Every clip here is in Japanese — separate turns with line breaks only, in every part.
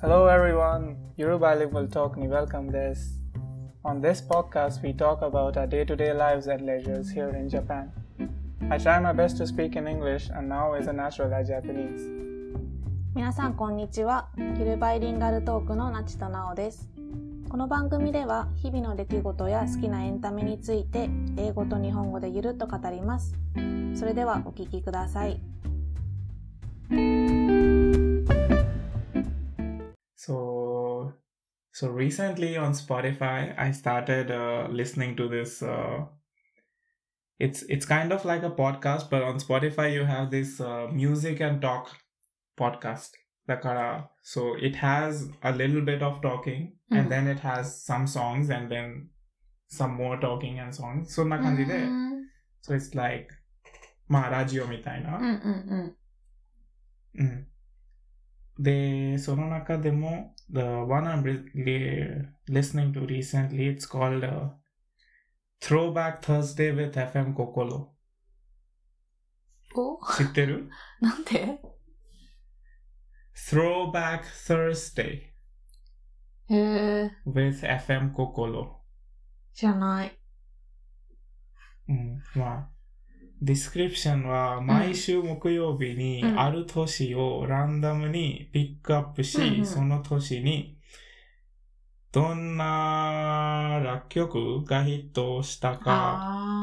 Hello everyone, Eurobilingual Talk ni welcome this. On this podcast, we talk about our day-to-day lives and leisures here in Japan. I try my best to speak in English and now is a natural at Japanese.
皆さんこんにちはゆるバイリンガルトークのなちとなおですこの番組では日々の出来事や好きなエンタメについて英語と日本語でゆるっと語りますそれではお聞きください
So, so recently on Spotify, I started uh, listening to this. Uh, it's it's kind of like a podcast, but on Spotify you have this uh, music and talk podcast. Dakara. So it has a little bit of talking,
Mhm.
and then it has some songs, and then some more talking and songs. So そんな感じで、So
Mm.
it's like まあラジオみたいな。うん。で、その中でも、the one I'm re- li- listening to recently, it's called、uh, Throwback Thursday with FM Kokolo.
お
知ってる
なんで
?Throwback Thursday
へえ
with FM Kokolo.
じゃない
うん。まあ、ディスクリプションは毎週木曜日に
うん
ある都市をランダムにピックアップし、
うんうん
その都市にどんな楽曲がヒットしたか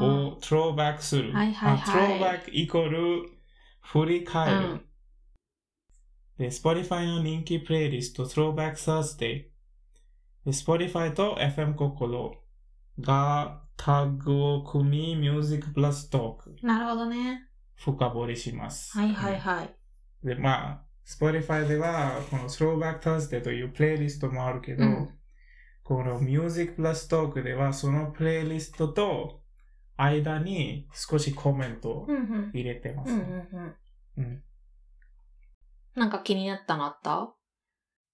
あー
をトローバックする。
はいはいはい
あトローバックイコール振り返る。
うん
で、Spotify の人気プレイリスト、Throwback Thursday。で、Spotify と FM 心がタッグを組み、Music Plus Talk
なるほどね
深掘りします。
はいはいはい
い。で、まあ、Spotify では、この Throwback Thursday というプレイリストもあるけど、
うん
この Music Plus Talk では、そのプレイリストと間に少しコメントを
うんうん
入れてま
う
す
ん
ね。
うん
うん
うんなんか気になったのあった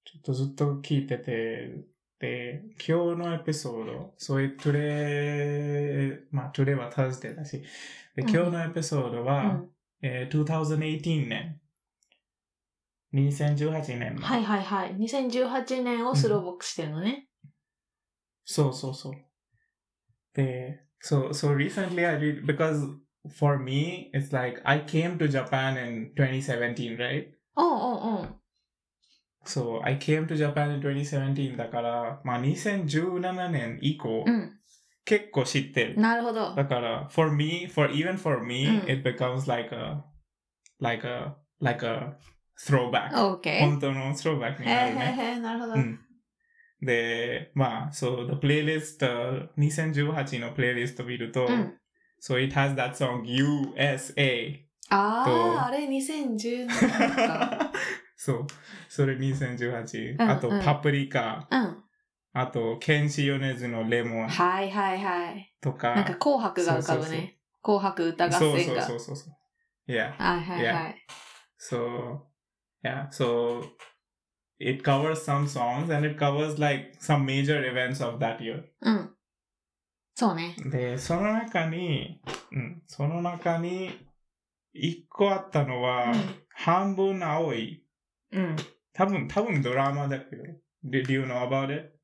ちょっとずっと聞いてて、で、今日のエピソード、そういうトゥレまあトゥレは Thursday だし、で、
うん
今日のエピソード
う
は、
ん
えー2018年、2018年の、
はいはいはい2018年をスローボックしてるのね
そうそうそう。で、so, so recently I did, because for me, it's like I came to Japan in 2017, right?
うんうんうん
So I came to Japan in 2017だから、まあ2017年以降、
うん、
結構知ってる。
なるほど。
だから、for me, for even for me,、
うん
it becomes like a, like a, like a throwback.
OK。
本当の throwback
へ
に
ー
なる
へ
ね。
ーへーなるほど。
う
うん
ん。で、まあ、so the playlist,、2018のプレイリスト見ると、so it has that song USA.
あ
と
あ、あれ2017年 か。
そう。それ2018。
うん
あと、
うん
パプリカ。
うん。
あと、ケンシヨネズのレモン
はいはいはい。
とか。
なんか紅白が浮かぶ
そうそうそう
ね。紅白歌合
そう
戦
そう
が。
そうそうそう。Yeah.
はいはいは
Yeah.
い。
So, yeah, so it covers some songs and it covers like some major events of that year.
うん。そうね。
で、その中に、うん、その中に、一個あったのは、
うん
半分青い。
うん。
多分、多分ドラマだけど。Did you know about it?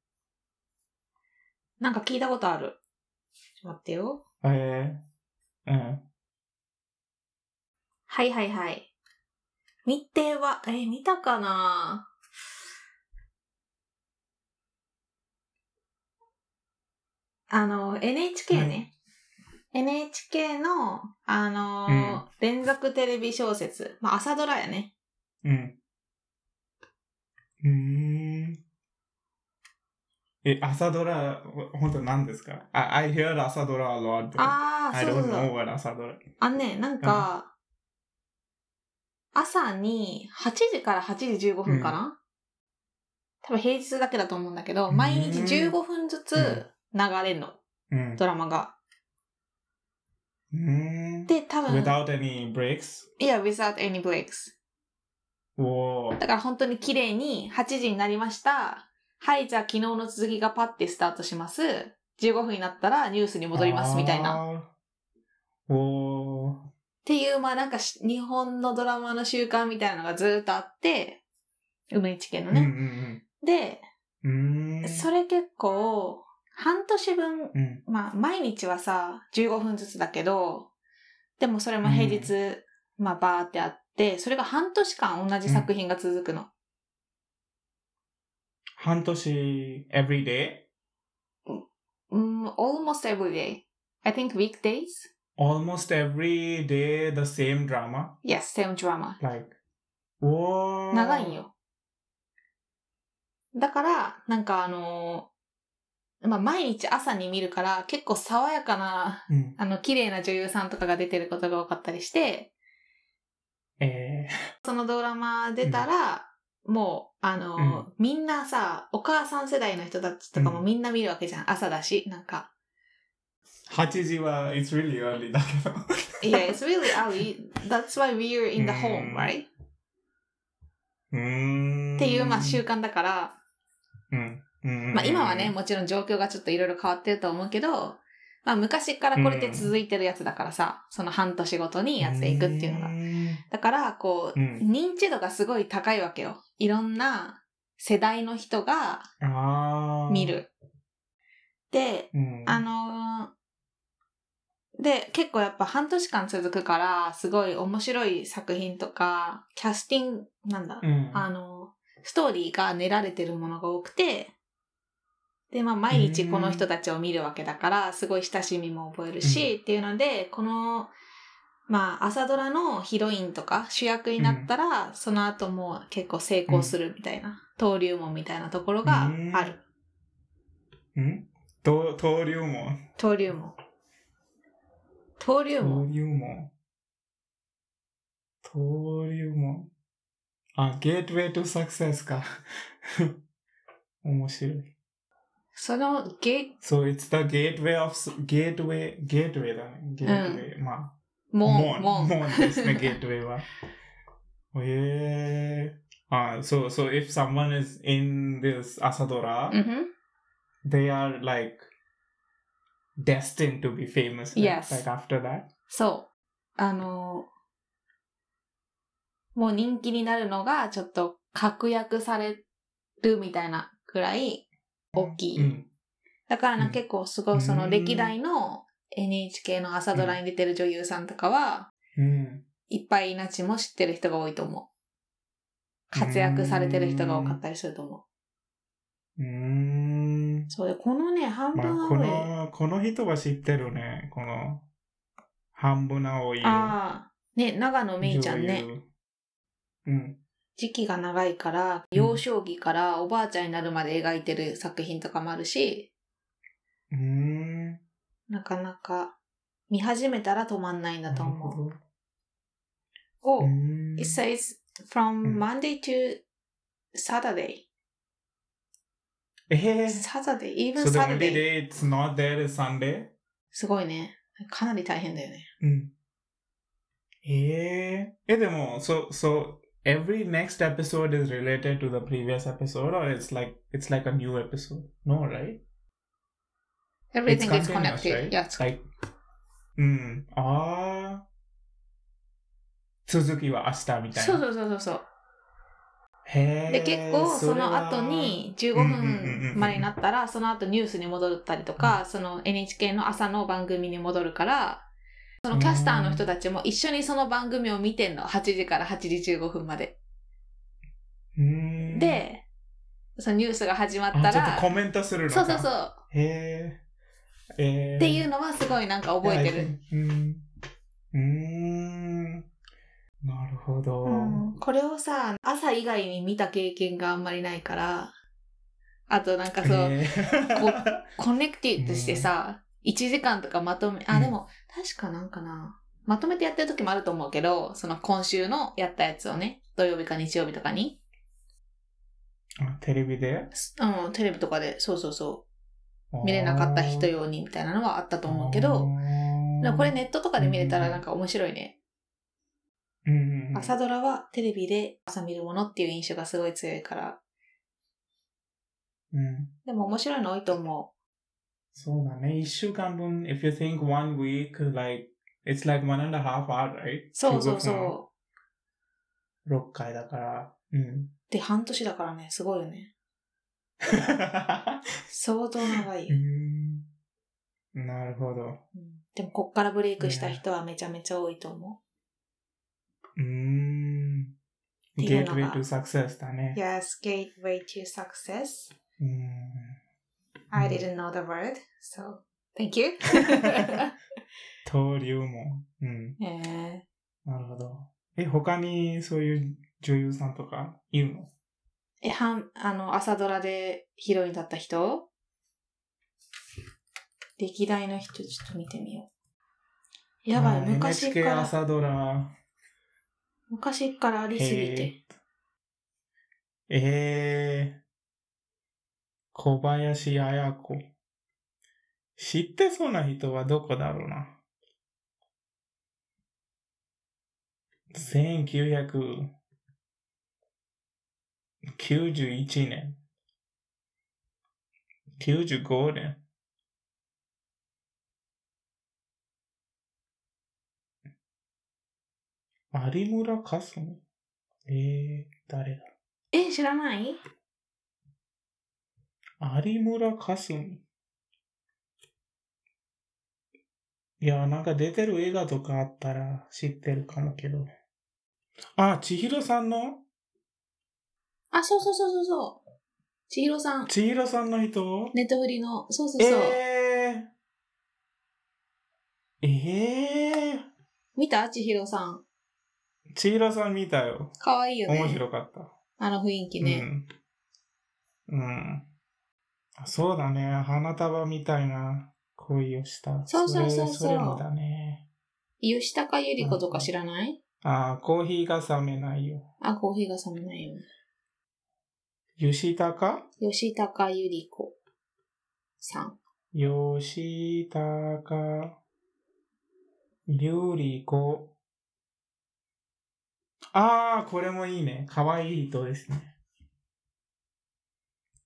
なんか聞いたことある。ちょっと待ってよ。
えー、うん。
はいはいはい。見ては、えー、見たかなあの、NHK ね。NHK の、あのー
うん
連続テレビ小説。まあ、朝ドラやね。
うん。うーん。え、朝ドラ、本当何ですかあ ?I heard 朝ドラ a lot.
ああ、
I
そう
don't
そうそう
know。what 朝ドラ。
あのね、なんか、朝に8時から8時15分かな、多分平日だけだと思うんだけど、
うん
毎日15分ずつ流れるの、
うん。
ドラマが。
うん。
で、多分、
Without any breaks?
いや、without any breaks。
おー
だから本当に綺麗に8時になりました。はい、じゃあ昨日の続きがパッてスタートします。15分になったらニュースに戻りますみたいな。っ
な。おー
ていう、まあなんかし日本のドラマの習慣みたいなのがずーっとあって、 UMHK の
うんう
ね。
ん
で、
うん。うーん。
それ結構、半年分、
うん。
まあ、毎日はさ、15分ずつだけど、でもそれも平日、まあ、バーってあって、それが半年間同じ作品が続くの。
半年、every day?
うん、almost every day. I think weekdays?
Almost every day the same drama?
Yes, same drama.
Like, whoa.
長いんよ。だから、なんかあのーまあ、毎日朝に見るから、結構爽やかな、
うん。
あの、綺麗な女優さんとかが出てることが多かったりして、
え
そのドラマ出たら、もう、あのーみんなさ、お母さん世代の人たちとかも
うん
みんな見るわけじゃん。朝だし、なんか。
ー、8時は、it's really early だけ ど。
Yeah, it's really early. That's why we're in the home, right?
うーん。
っていう、まあ、習慣だから、
うん。うん。
まあ今はね、、もちろん状況がちょっといろいろ変わってると思うけど、まあ昔からこれで続いてるやつだからさ、その半年ごとにやっていくっていうのが。だから、こう、
うん
認知度がすごい高いわけよ。いろんな世代の人が
ああ。
見。る。で、
うん。
あのーで、結構やっぱ半年間続くから、すごい面白い作品とか、キャスティング、なんだ、
うん。
あの、ストーリーが練られてるものが多くて、で、まあ、毎日この人たちを見るわけだから、すごい親しみも覚えるし、っていうので、この、まあ、朝ドラのヒロインとか主役になったら、その後も結構成功するみたいな、登竜門みたいなところがある。
うんと登竜門。
登竜門。登竜門。
登竜門。登竜門。あ、ゲートウェイトサクセスか。 面白い。
そのゲ、
So it's the gateway of, s- gateway, gateway だね。gateway. まあ、
門、門。
門ですね、gateway は。ええあ、so, so if someone is in this 朝ドラ、
うんふん
they are like destined to be famous. right?
Yes.
Like after that.
そう。あの、もう人気になるのが、ちょっと確約されるみたいなくらい大きい。
うん。
だからな、
うん
結構すごい、その
うん
歴代の NHK の朝ドラに出てる女優さんとかは、
うん。
いっぱいなちも知ってる人が多いと思う。活躍されてる人が多かったりすると思
うーん
う。。そうで、このね、半
まあ、
分
こ
上、
の、この人は知ってるね。この、半分青い。
ああ、ね、長野めいちゃんね。
女優。うん。
時期が長いから、
うん
幼少期からおばあちゃんになるまで描いてる作品とかもあるし、
うーん。
なかなか見始めたら止まんないんだと
なる
思う。
ほどう
を、
ーん
It says from
うん
Monday to Saturday.
ええ
Saturday, even
So the only
Saturday.
day it's not there is Sunday?
すごいね。かなり大変だよね。
うん。えええ、でも、so, so, every next episode is related to the previous episode or it's like, it's like a new episode? No, right? It's
Everything is
continuous,
connected.
right?
Yeah, it's-
Like, うん。ああ。続きは明日みたいな。
そうそうそうそうそう。
へえ。
で、結構その後に15
うんうんうんうんう
分
ん
までになったら、その後ニュースに戻ったりとか、その NHK の朝の番組に戻るから、そのキャスターの人たちも一緒にその番組を見てんの。8時から8時15分まで。
それは、うん、
で、そのニュースが始まった
あちょっと
ら、
コメントするのか。。
そうそうそうう。
へえ。ええ。
っていうのはすごいなんか覚えてる。
うん。うーん。なるほど。
うんこれをさ、朝以外に見た経験があんまりないから、あとなんかそう、
えー
こコネクティッドしてさ、1時間とかまとめ、
う
あ、
ん
でも、確かなんかな。まとめてやってる時もあると思うけど、その今週のやったやつをね、土曜日か日曜日とかに、
あテレビです
うん、テレビとかで、そうそうそう、見れなかった人用にみたいなのはあったと思うけど、、でもこれネットとかで見れたらなんか面白いね。
あー、うんうん、
朝ドラはテレビで朝見るものっていう印象がすごい強いから、
うん。
でも面白いの多いと思
そうだね。一週間分、if you think one week, like, it's like one and a half hour, right?
う。そうそう
中国の
そ
6回だから、 うん。
で、半年だからね、すごいよね。相当長いよ。
うんなるほど。
うんでも、こっからブレイクした人はめちゃめちゃ多いと思
うん。
って
ゲ
いう
ー
の
トウ
が
ェイトサクセスだね
う。。Yes, gateway to success.
うん
I
うん
didn't know the word, so thank you.
登竜門。うん。
えー
なるほど。え、他にそういう女優さんとかいるの
え、はん、あの、朝ドラでヒロインだった人歴代の人、ちょっと見てみよう。やばい、
あー
昔か
NHK
ら、
朝ドラ。
昔からありすぎ
へ
て
ー。えー、小林綾子。知ってそうな人はどこだろうな。1991年。95年。有村架純えー、誰だ
え、知らない
有村架純。いや、なんか出てる映画とかあったら知ってるかもけど。あ、千尋さんの
あ、そうそうそうそうそう。千尋さん、
千尋さんの人
ネットフリの、そうそうそう。
えー、え
見た千尋さん。
ー、千尋さん見たよ。
かわいいよね。
面白かった。
あの雰囲気ね。
うん。うん。あそうだね。花束みたいな恋をした。
そうそうそうそ
れそ
う
れもだね。
吉高由里子とか知らない
あーコーヒーが冷めないよ。
あ、コーヒーが冷めないよ
吉高
うに。吉高由里子さん。
吉高ゆり子。ああ、これもいいね。かわいい人ですね。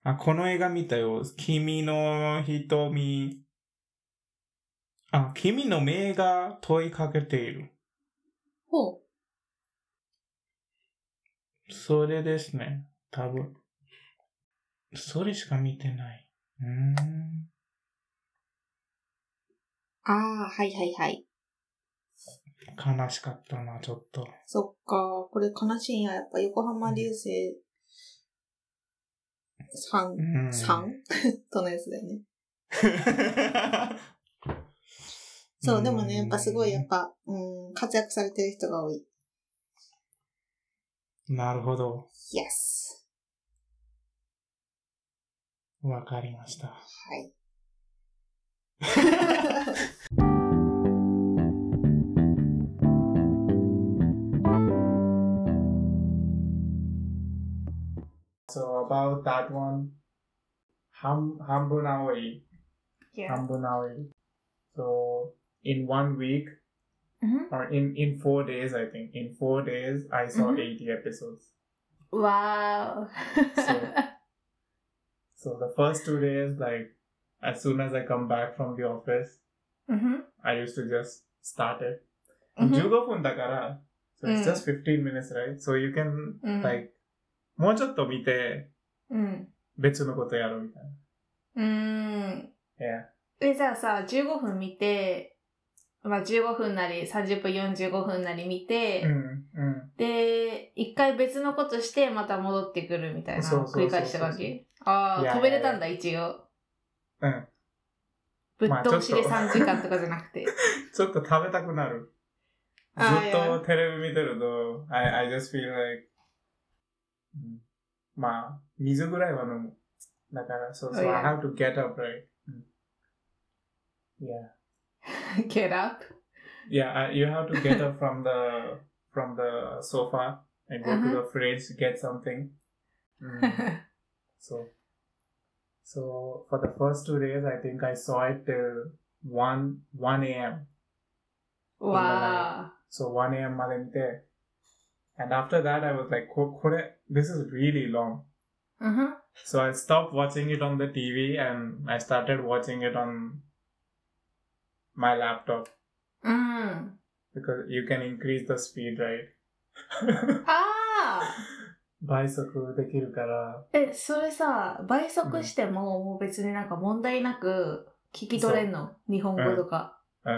あ、この映画見たよ。君の瞳。あ、君の目が問いかけている。
ほう。
それですね。多分。それしか見てない。うーん。
ああ、はいはいはい。
悲しかったな、ちょっと。
そっか、これ悲しいんや。やっぱ横浜流星さん
う、ん。
さ ん とのやつだよね。そう、でもね、やっぱすごい、やっぱ、うん、活躍されてる人が多い。
なるほど。
Yes!
わかりました。
はい。
So about that one, Ham Hambunawi,
Yeah.
Hambunawi. So in one week
Mhm.
or in in four days, I think in four days I saw
Mhm.
eighty episodes.
Wow.
So- So the first two days, like as soon as I come back from the office,
Mhm.
I used to just start it.
Mhm.
15分だから、so it's
うん
just 15 minutes, right? So you can,
うん
like, もうちょっと見て、
うん。
別のことやろうみたいう
ーん。
な。
え、じゃあさ、15分見て、まあ、15分なり、30分、45分なり見て、
Yeah. うん、うん。
で、一回別のことして、また戻ってくるみたいな、
そうそうそうそう
繰り返した感じあ
い
あ、
や
飛べれたんだ、一応。
うん。
ぶっ
まあ
通しで
ちょっと
3時間とかじゃな くて。
ちょっと食べたくなる。ず
あー
っとテレビ見てると、I, I just feel like, うんまあ、水ぐらいは飲む。だから、そうそう、
Oh, yeah.
I have to get up, right? うん Yeah.
Get up.
Yeah, I, you have to get up from the from the sofa and go to
Uh-huh.
the fridge to get something. Mm. so, so for the first two days, I think I saw it till one one a.m.
わ
So one a.m. まで見て and after that, I was like, "Ko- これ this is really long.
ー。うんふん
So I stopped watching it on the TV and I started watching it on my laptop
うん。
because you can increase the speed, right?
ああ
倍速できるから、
え、それさ、倍速しても、もう別になんか問題なく聞き取れんの日本語とか。
うん、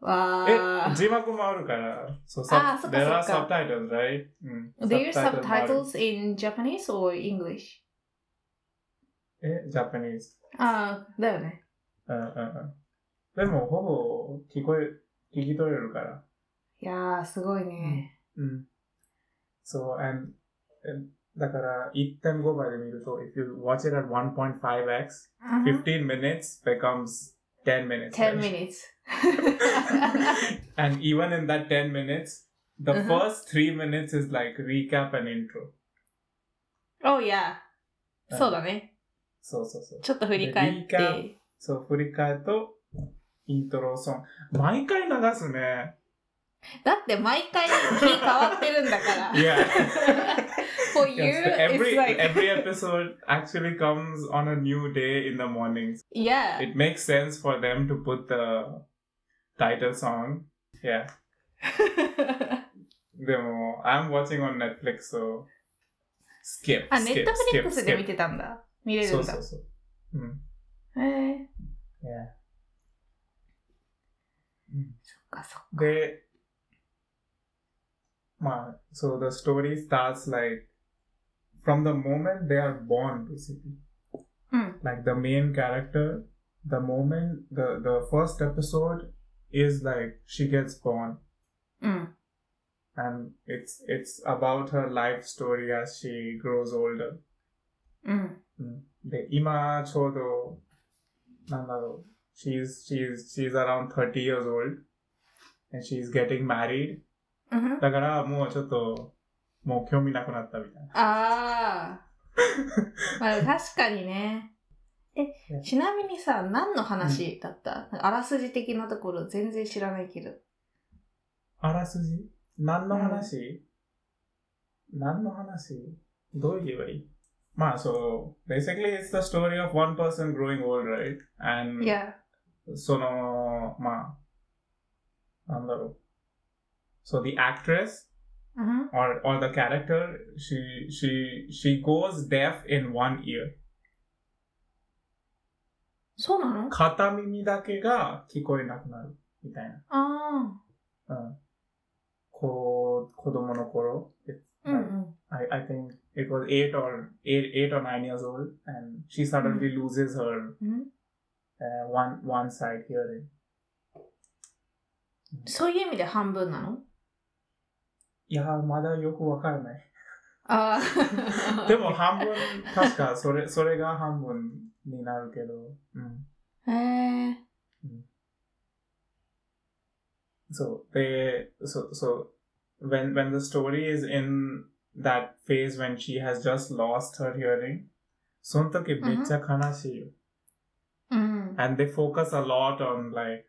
わ Ah.
え、
ー。
字幕もあるから、そう
あーそっか
there are
そっ
subtitles, right? Hmm. うん。
Ah, Do you
subtitle もある
subtitles in Japanese or English?
え、Japanese。Eh, Uh,
ああ、だよね。
うんうんうん。でも、ほぼ聞こえ、聞き取れるから。
いやー、すごいね。
うん。そう、and, and だから、1.5倍で見ると、if you watch it at 1.5x,
うん
15 minutes becomes 10 minutes. right?
10 Uh-huh. minutes.
and even in that 10 minutes, the
Uh-huh.
first three minutes is like recap and intro.
oh, yeah.
うん
そうだね。
そうそうそう。
ちょっと振り返っ
でリ
て。
そう、振り返ると、イントロソング。毎回流すね。
だって毎回日変わってるんだから。
Yeah.
For you,
Yes, the- every,
it's like,
every episode actually comes on a new day in the morning.
yeah.
It makes sense for them to put the title song. Yeah. でも、I'm watching on Netflix, so skip.
あ、ネッ
skip,
トフリッ
skip,
クスで
skip.
見てたんだ。見れる
そ
ん
う
だ
そう。そう。うん。
へえ。
Yeah.
そっかそっか。
They, まあ、so the story starts like from the moment they are born, basically.
うん。
Like the main character, the moment, the, the first episode is like she gets born.
うん。
And it's, it's about her life story as she grows older. Mm.
うん。
で、今ちょうど、なんだろう。She's, she's, she's around 30 years old. And she's getting married.
うん。
だからもうちょっと、もう興味なくなったみたいな。
ああ。 まあ確かにね。え、ちなみにさ、何の話だった、あらすじ的なところ全然知らないけど。
あらすじ何の話、何の話どう言えばいいまあ、そう、basically it's the story of one person growing old, right? And
いや。
その、まあ、なんだろう。So the actress
うん。
or or the character she she she goes deaf in one ear
そうなの
片耳だけが聞こえなくなるみたい
あ
な、うん、こう子供の頃、
あ。うんうん。
I, I think it was eight or eight, eight or nine years old and she suddenly loses her
うん、
uh, one one side hearing
そういう意味で半分なの
いやーまだよくわからない
あ あ。
でも半分確かそれそれが半分になるけどうん
へえ。
So they so so when when the story is in that phase when she has just lost her hearing, その時めっちゃ悲しいよ。
うん。
And they focus a lot on like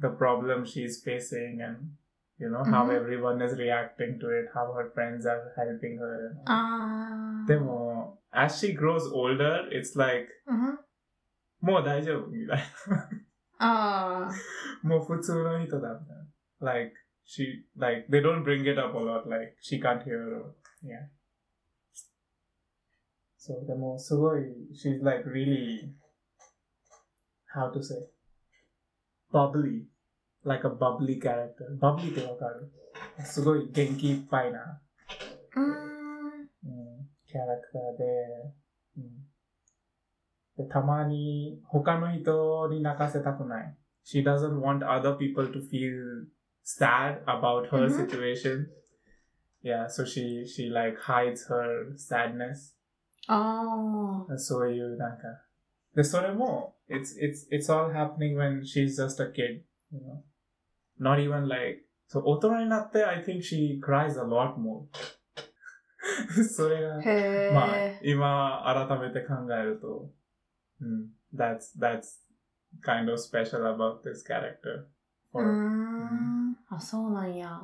the problem she's facing and you know how
Mhm.
everyone is reacting to it, how her friends are helping her. and all.
Uh. ああ。。
でも as she grows older, it's like
うん。
もう大丈夫みたいな。
ああ。
もう普通の人だみたいな。Like, she, like, they don't bring it up a lot. Like, she can't hear or, yeah. So, でも、すごい、she's like really, how to say, bubbly. Like a bubbly character. bubbly ってわかるすごい元気いっぱいな、
うーん。
うん、キャラクターで、うん、で、たまに他の人に泣かせたくない。She doesn't want other people to feel sad about her
うん
situation. Yeah, so she, she like hides her sadness.
ああ。
そういうなんか。で、それも、it's, it's, it's all happening when she's just a kid, you know. Not even like, そう、大人になって I think she cries a lot more. それが。
へえ。
まあ、今改めて考えると、うん、that's, that's kind of special about this character.
うー
Or,
ん。あ、そうなんや。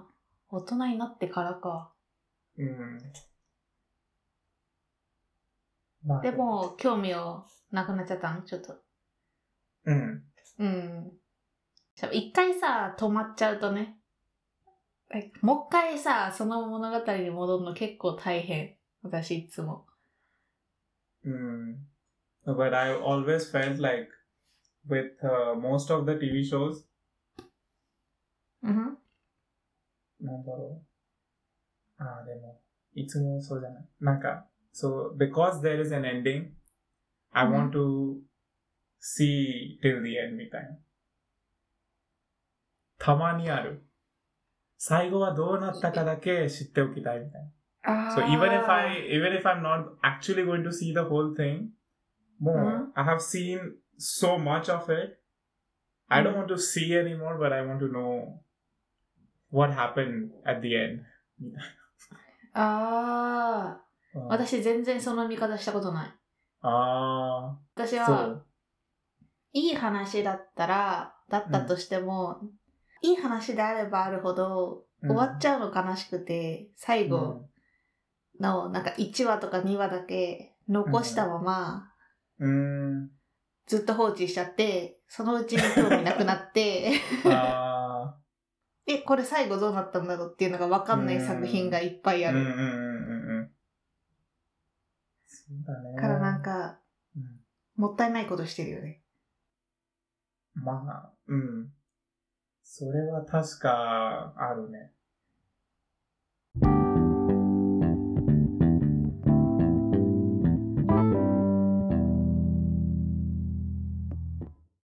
大人になってからか。
うん。まあ
で、も、興味をなくなっちゃったのちょっと。
うん。
うん。しかも一回さ、止まっちゃうとね。えもう一回さ、その物語に戻るの結構大変。私いつも。
Mm. But I always felt like with uh, most of the TV shows,
うん。
なんだろう。ああ、でも、いつもそうじゃない。なんか、so, because there is an ending, I
う
want
ん
to see till the end みたいな。たまにある。最後はどうなったかだけ知っておきたいみたい
あ
な。So even if I, even if I'm not actually going to see the whole thing, もう、
うん
I have seen so much of it. I don't want to see anymore, but I want to know what happened at the end.
ああ。
うん
私全然その見方したことない。
あ
私
あ、そ
は
う。、
いい話だったら、だったとしても、いい話であればあるほど、
うん
終わっちゃうの悲しくて、最後の、なんか1話とか2話だけ残したまま、
うん。う
ずっと放置しちゃって、そのうちに興味なくな って、
ーん。あ
え、これ最後どうなったんだろうっていうのがわかんない作品がいっぱい
あ。
あ
うんうんう
る。
んうんうん。そうだね。
からなんか、
うん
もったいないことしてるよね。
まあ、うん。それは確かあるね。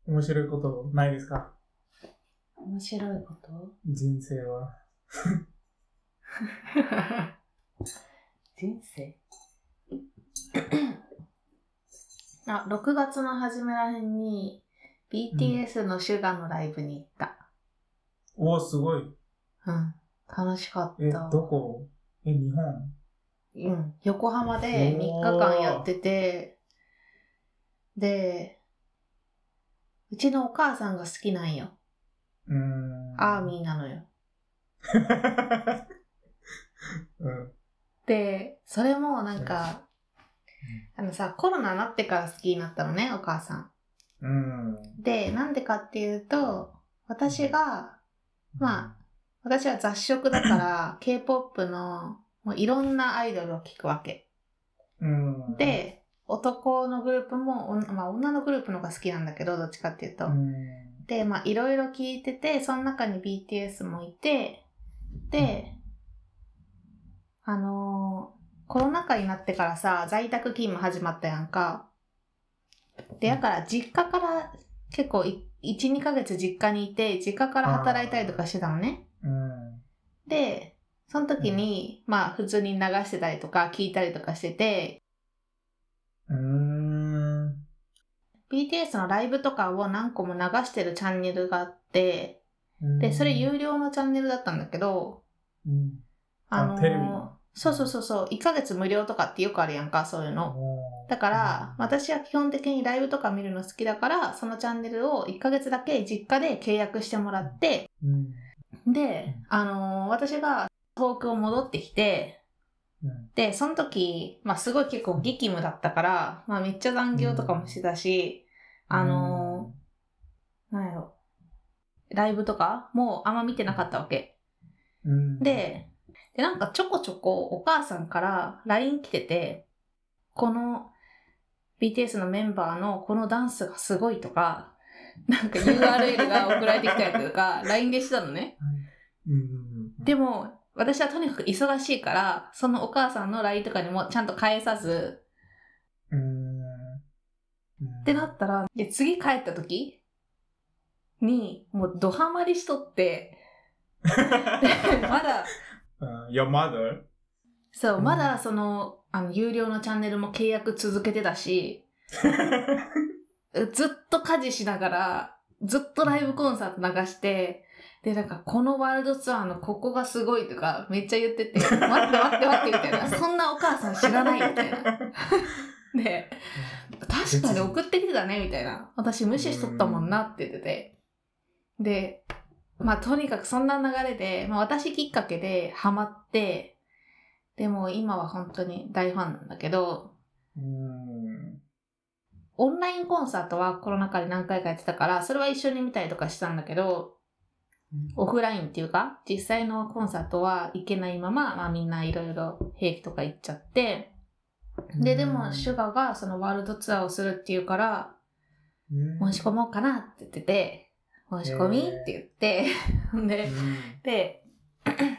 面白いことないですか
面白いこと
人生は。
人生あ、6月の初めらへんに、BTS のシュガーのライブに行った。
おお、すごい。
うん。楽しか
え、
った。
どこえ、日本
うん、横浜で3日間やってて、で、うちのお母さんが好きなんよ。
うーん。
アーミーなのよ。
ー。 うん。
で、それもなんか、あのさ、コロナになってから好きになったのね、お母さん。
うん。
で、なんでかっていうと、私が、まあ、私は雑食 だから、K-POP の、もういろんなアイドルを聞くわけ。
うん。、
で、男のグループも、おんまあ女のグループの方が好きなんだけど、どっちかっていうと。
うん。
で、まあ、いろいろ聞いてて、その中に BTS もいて、で、あのーコロナ禍になってからさ、在宅勤務始まったやんか。で、やから、実家から結構い、1、2ヶ月実家にいて、実家から働いたりとかしてたのね。
うん。
で、その時に、まあ、普通に流してたりとか、聞いたりとかしてて、
うーん。
BTS のライブとかを何個も流してるチャンネルがあって、で、それ有料のチャンネルだったんだけど、
うん。
あ
あ
のー
テレビの
そうそうそうそう、1ヶ月無料とかってよくあるやんか、そういうの。
おー
だから、、私は基本的にライブとか見るの好きだから、そのチャンネルを1ヶ月だけ実家で契約してもらって、
うん。
で、あのー私が東京戻ってきて、
うん。
で、その時、まあすごい結構激務だったから、まあめっちゃ残業とかもしてたし、あのーなんやろ、ライブとかもうあんま見てなかったわけ。
うん、
で、で、なんかちょこちょこお母さんから LINE 来てて、この BTS のメンバーのこのダンスがすごいとか、なんか URL が送られてきたりとか、LINE でしたのね。
うん、うん。
でも、私はとにかく忙しいから、そのお母さんの LINE とかにもちゃんと返さず、
うん、うん。
ってなったら、で、次帰った時に、もうドハマりしとって、 でまだ、
うん Your mother?
そう、
うん
まだその、あの、有料のチャンネルも契約続けてたし、ずっと家事しながら、ずっとライブコンサート流して、で、なんか、このワールドツアーのここがすごいとか、めっちゃ言ってて、待って待って待って、みたいな。そんなお母さん知らない、みたいな。で、確かに送ってきてたね、みたいな。私無視しとったもんなって言ってて。で、まあとにかくそんな流れで、まあ私きっかけでハマって、でも今は本当に大ファンなんだけど、
うん。
オンラインコンサートはコロナ禍で何回かやってたから、それは一緒に見たりとかしたんだけど、オフラインっていうか、実際のコンサートは行けないまま、まあみんないろいろ兵器とか行っちゃって、で、でも、シュガがそのワールドツアーをするっていうから、
も
申し込もうかなって言ってて、申し込み
へー
って言って、で、で、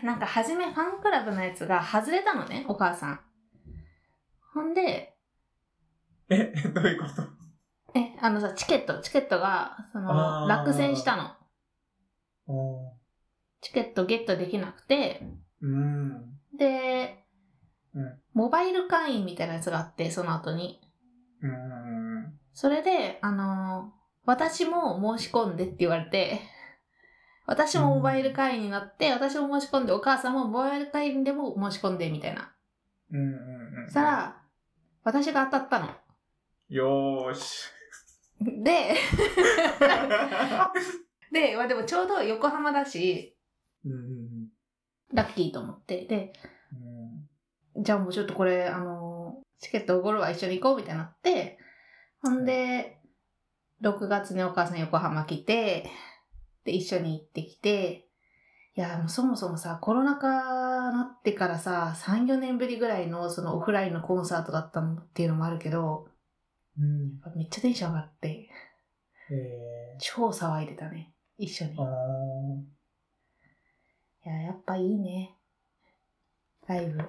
なんか初めファンクラブのやつが外れたのね、お母さん。ほんで、
え、どういうこと
え、あのさ、チケット、チケットが、そ
あー
の、落選したの。
お
チケットゲットできなくて、
ーうん。
で、
うん
モバイル会員みたいなやつがあって、その後に。
うん。
それで、あのー私も申し込んでって言われて、私もモバイル会員になって、私も申し込んで、お母さんもモバイル会員でも申し込んで、みたいな。
うんうんうん。
そしたら、私が当たったの。
よー し。
で、で、まあでもちょうど横浜だし、
うんうん
ラッキーと思って、で、
うん
じゃあもうちょっとこれ、あのーチケットおごるわ、一緒に行こう、みたいになって、ほんで、6月にお母さん横浜来て、で、一緒に行ってきて、いや、もうそもそもさ、コロナ禍なってからさ、3、4年ぶりぐらいのそのオフラインのコンサートだったのっていうのもあるけど、
うん。
めっちゃテンション上がって、
え
超騒いでたね、一緒に。
ー。あ
いや、やっぱいいね。ライブ。
ー、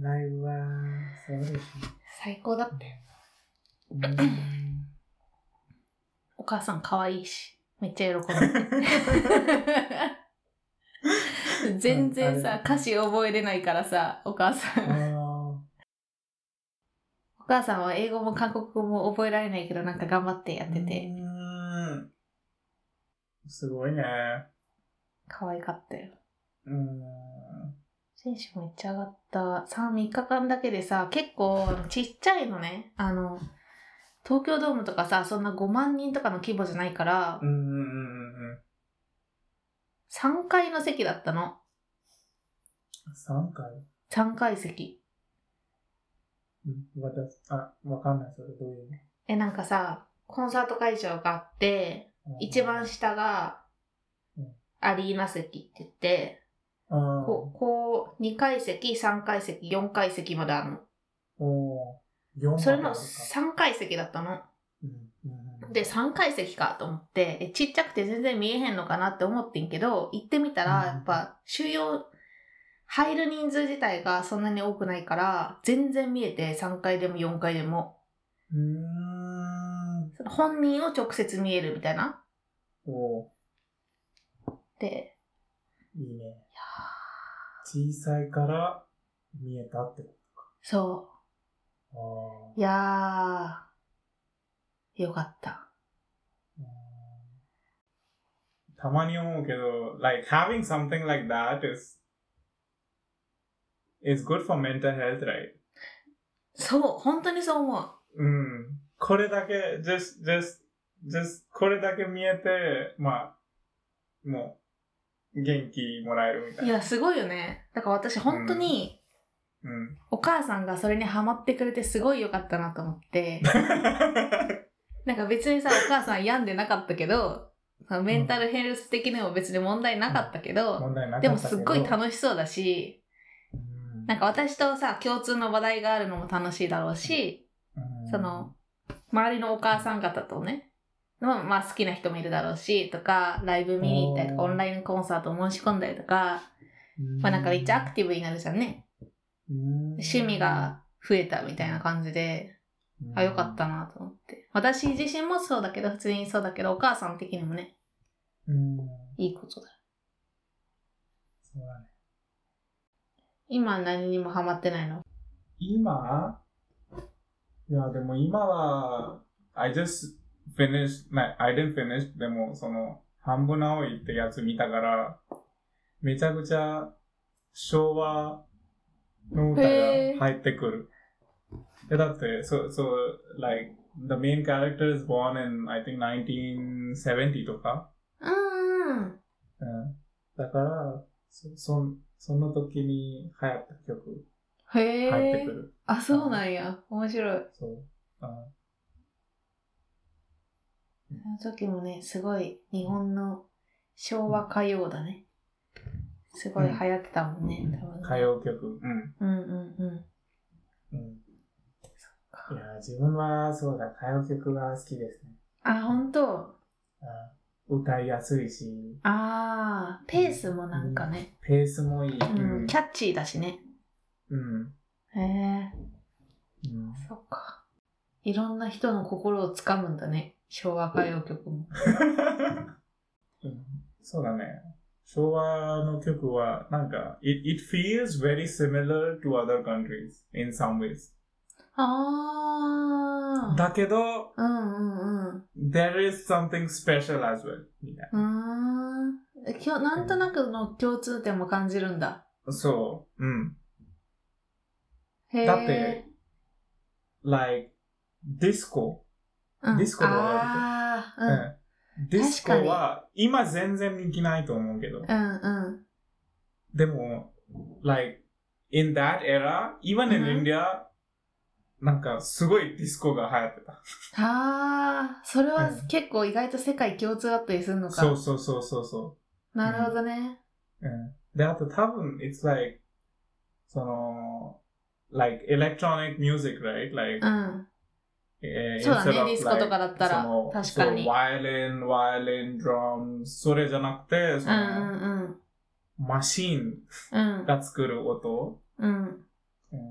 ライブは、そう ですね。
最高だったよ。
うん
お母さん可愛いし、めっち ゃ喜んで。全
う
然
んあ
さ
れ、
歌詞覚えれないからさ、お母さん。
あ
お母さんは英語も韓国語も覚えられないけど、なんか頑張ってや
ー
ってて、
うん。すごいね。
可愛かったよ。
うん。
選手めっちゃ上がった。3、3日間だけでさ、結構、あのちっちゃいのね、あの、東京ドームとかさ、そんな5万人とかの規模じゃないから
う、んうんうんうんうん。
3階の席だったの。
3回
3階席。
うん。私、あ、わかんない。それどういう
え、なんかさ、コンサート会場があって、
の
一番下が
うん
アリーナ席って言って、
うん。
こう、こう、2階席、3階席、4階席まである
おー4
の。
番
それの
か
3階席だったの。
うんうんうん
で、3階席かと思って、えちっちゃくて全然見えへんのかなって思ってんけど、行ってみた
う
ら、
ん
やっぱ、収容、入る人数自体がそんなに多くないから、全然見えて、3階でも4階でも、
うーん。
その本人を直接見えるみたいな。
おー
で、
いいね。小さいから見えたってこ
そ
と
う。いやー、よかった。
あーうんたまに思うけど、like having something like that is is good for mental health, right?
そう、本当にそう思う。
うん。これだけ、just, just, just これだけ見えて、まあ、もう、元気もらえるみたい
い
な。
や、すごいよね。だから私本当に、
うん。
お母さんがそれにハマってくれてすごい良かったなと思 って。なんか別にさ、お母さん病んでなかったけど、そのメンタルヘルス的にも別に問題なかったけど、
問題なかったけど
でもすっごい楽しそうだし、
うん
なんか私とさ、共通の話題があるのも楽しいだろうし、
うん
その、周りのお母さん方とね、まあ、まあ好きな人もいるだろうし、とか、ライブ見に行ったりとか、
お
オ
ー
ンラインコンサート申し込んだりとか、
うん
まあなんかめっちゃアクティブになるじゃんね。趣味が増えたみたいな感じで、あ、よかっ。たなと思って。私自身もそうだけど、普通にそうだけど、お母さん的にもね、
うん。
いいことだ。
そうだね。
今何にもハマってないの。
今いや、でも今は、I just finished, な I didn't finish, でもその、半分青いってやつ見たから、めちゃくちゃ昭和の歌が
へー
入ってくる。えだって、そう、そう、like, the main character is born in, I think, 1970とか。
うんうん。
うんだから、そそんその時に流行った曲
へ
入って
え
く。る。
あ、そうなんや。面白い。
そう。あ
その時もね、すごい日本の昭和歌謡だね。すごい流行ってたもんね、多分。
歌謡曲。うん。
うんうんう
う
ん。
ん、いや、自分はそうだ、歌謡曲が好きですね。
あ、ほんと。
うん歌いやすいし、
あー、ペースもなんかね、
ペースもいい。
うん、キャッチーだしね。
うん。
へえ、
うん
そっか。いろんな人の心をつかむんだね。昭和歌謡曲も。
うんそうだね。昭和の曲は、なんか、it, it feels very similar to other countries in some ways.
あー。
だけど、
うんうんうん。
there is something special as well. みたいう
ーん。今日、なんとなくの共通点も感じるんだ。
な。そう。うん。
へー
だって、like, disco.
うん
ディスコとか
あ
う
あ、
ん。ディスコは、今全然人気ないと思うけど。
うん。うんうん。
でも、like, in that era, even in
うん
India, なんかすごいディスコが流行ってた。
ああ、それは
うん
結構意外と世界共通だったりするのか。
そうそうそうそうそう。
なるほどね。
うんで、あと多分、it's like, その、like electronic music, right?
う
Like,
ん。
えー
そう
instead
だね
of
ディスコとかだったら
その
確かに
そう、ワイオリン、ワイオリン、ドラム、それじゃなくて、そ
うん
の、
うんうん。
マシン
うん。
が作る音。
うん。
うん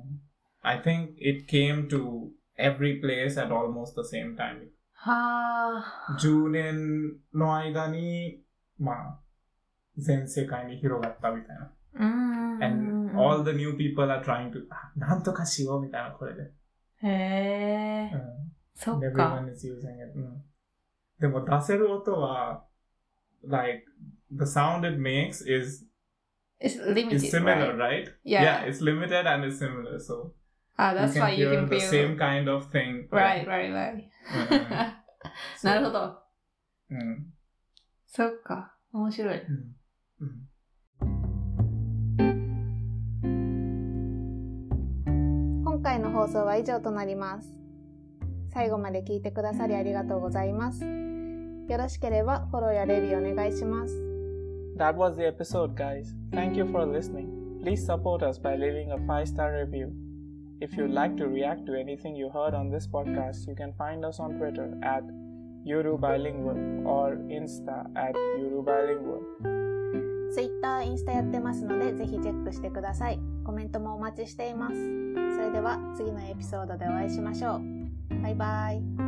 I think it came to every place at almost the same time.
はあ。
10年の間に、まあ、全世界に広がったみたいな。
うんうんうんう
and
ん。
all the new people are trying to "Ah, あなんとかしようみたいなこれで、
へえ Eh,
う。ん、
そっか。
Mm, everyone is using it、うん、Mm. でも出せる音は like the sound it makes is
It's
is
limited.
similar
right?
right,
Yeah.
it's limited and it's similar so
Ah,
you
that's why
can
you
hear
can
the same
feel.
kind of thing Mm.
Right, right, right.
う ん So-
なるほど。
うん
そっか。面白い。
うんうん
今回の放送は以上となります。最後まで聞いてくださりありがとうございます。よろしければフォローやレビューお願いします。
That was the episode, guys. Thank you for listening. Please support us by leaving a 5 star review. If you'd like to react to anything you heard on this podcast, you can find us on Twitter at Eurobilingual or Insta at Eurobilingual.
Twitter、インスタやってますので、ぜひチェックしてください。コメントもお待ちしています。それでは次のエピソードでお会いしましょう。バイバイ。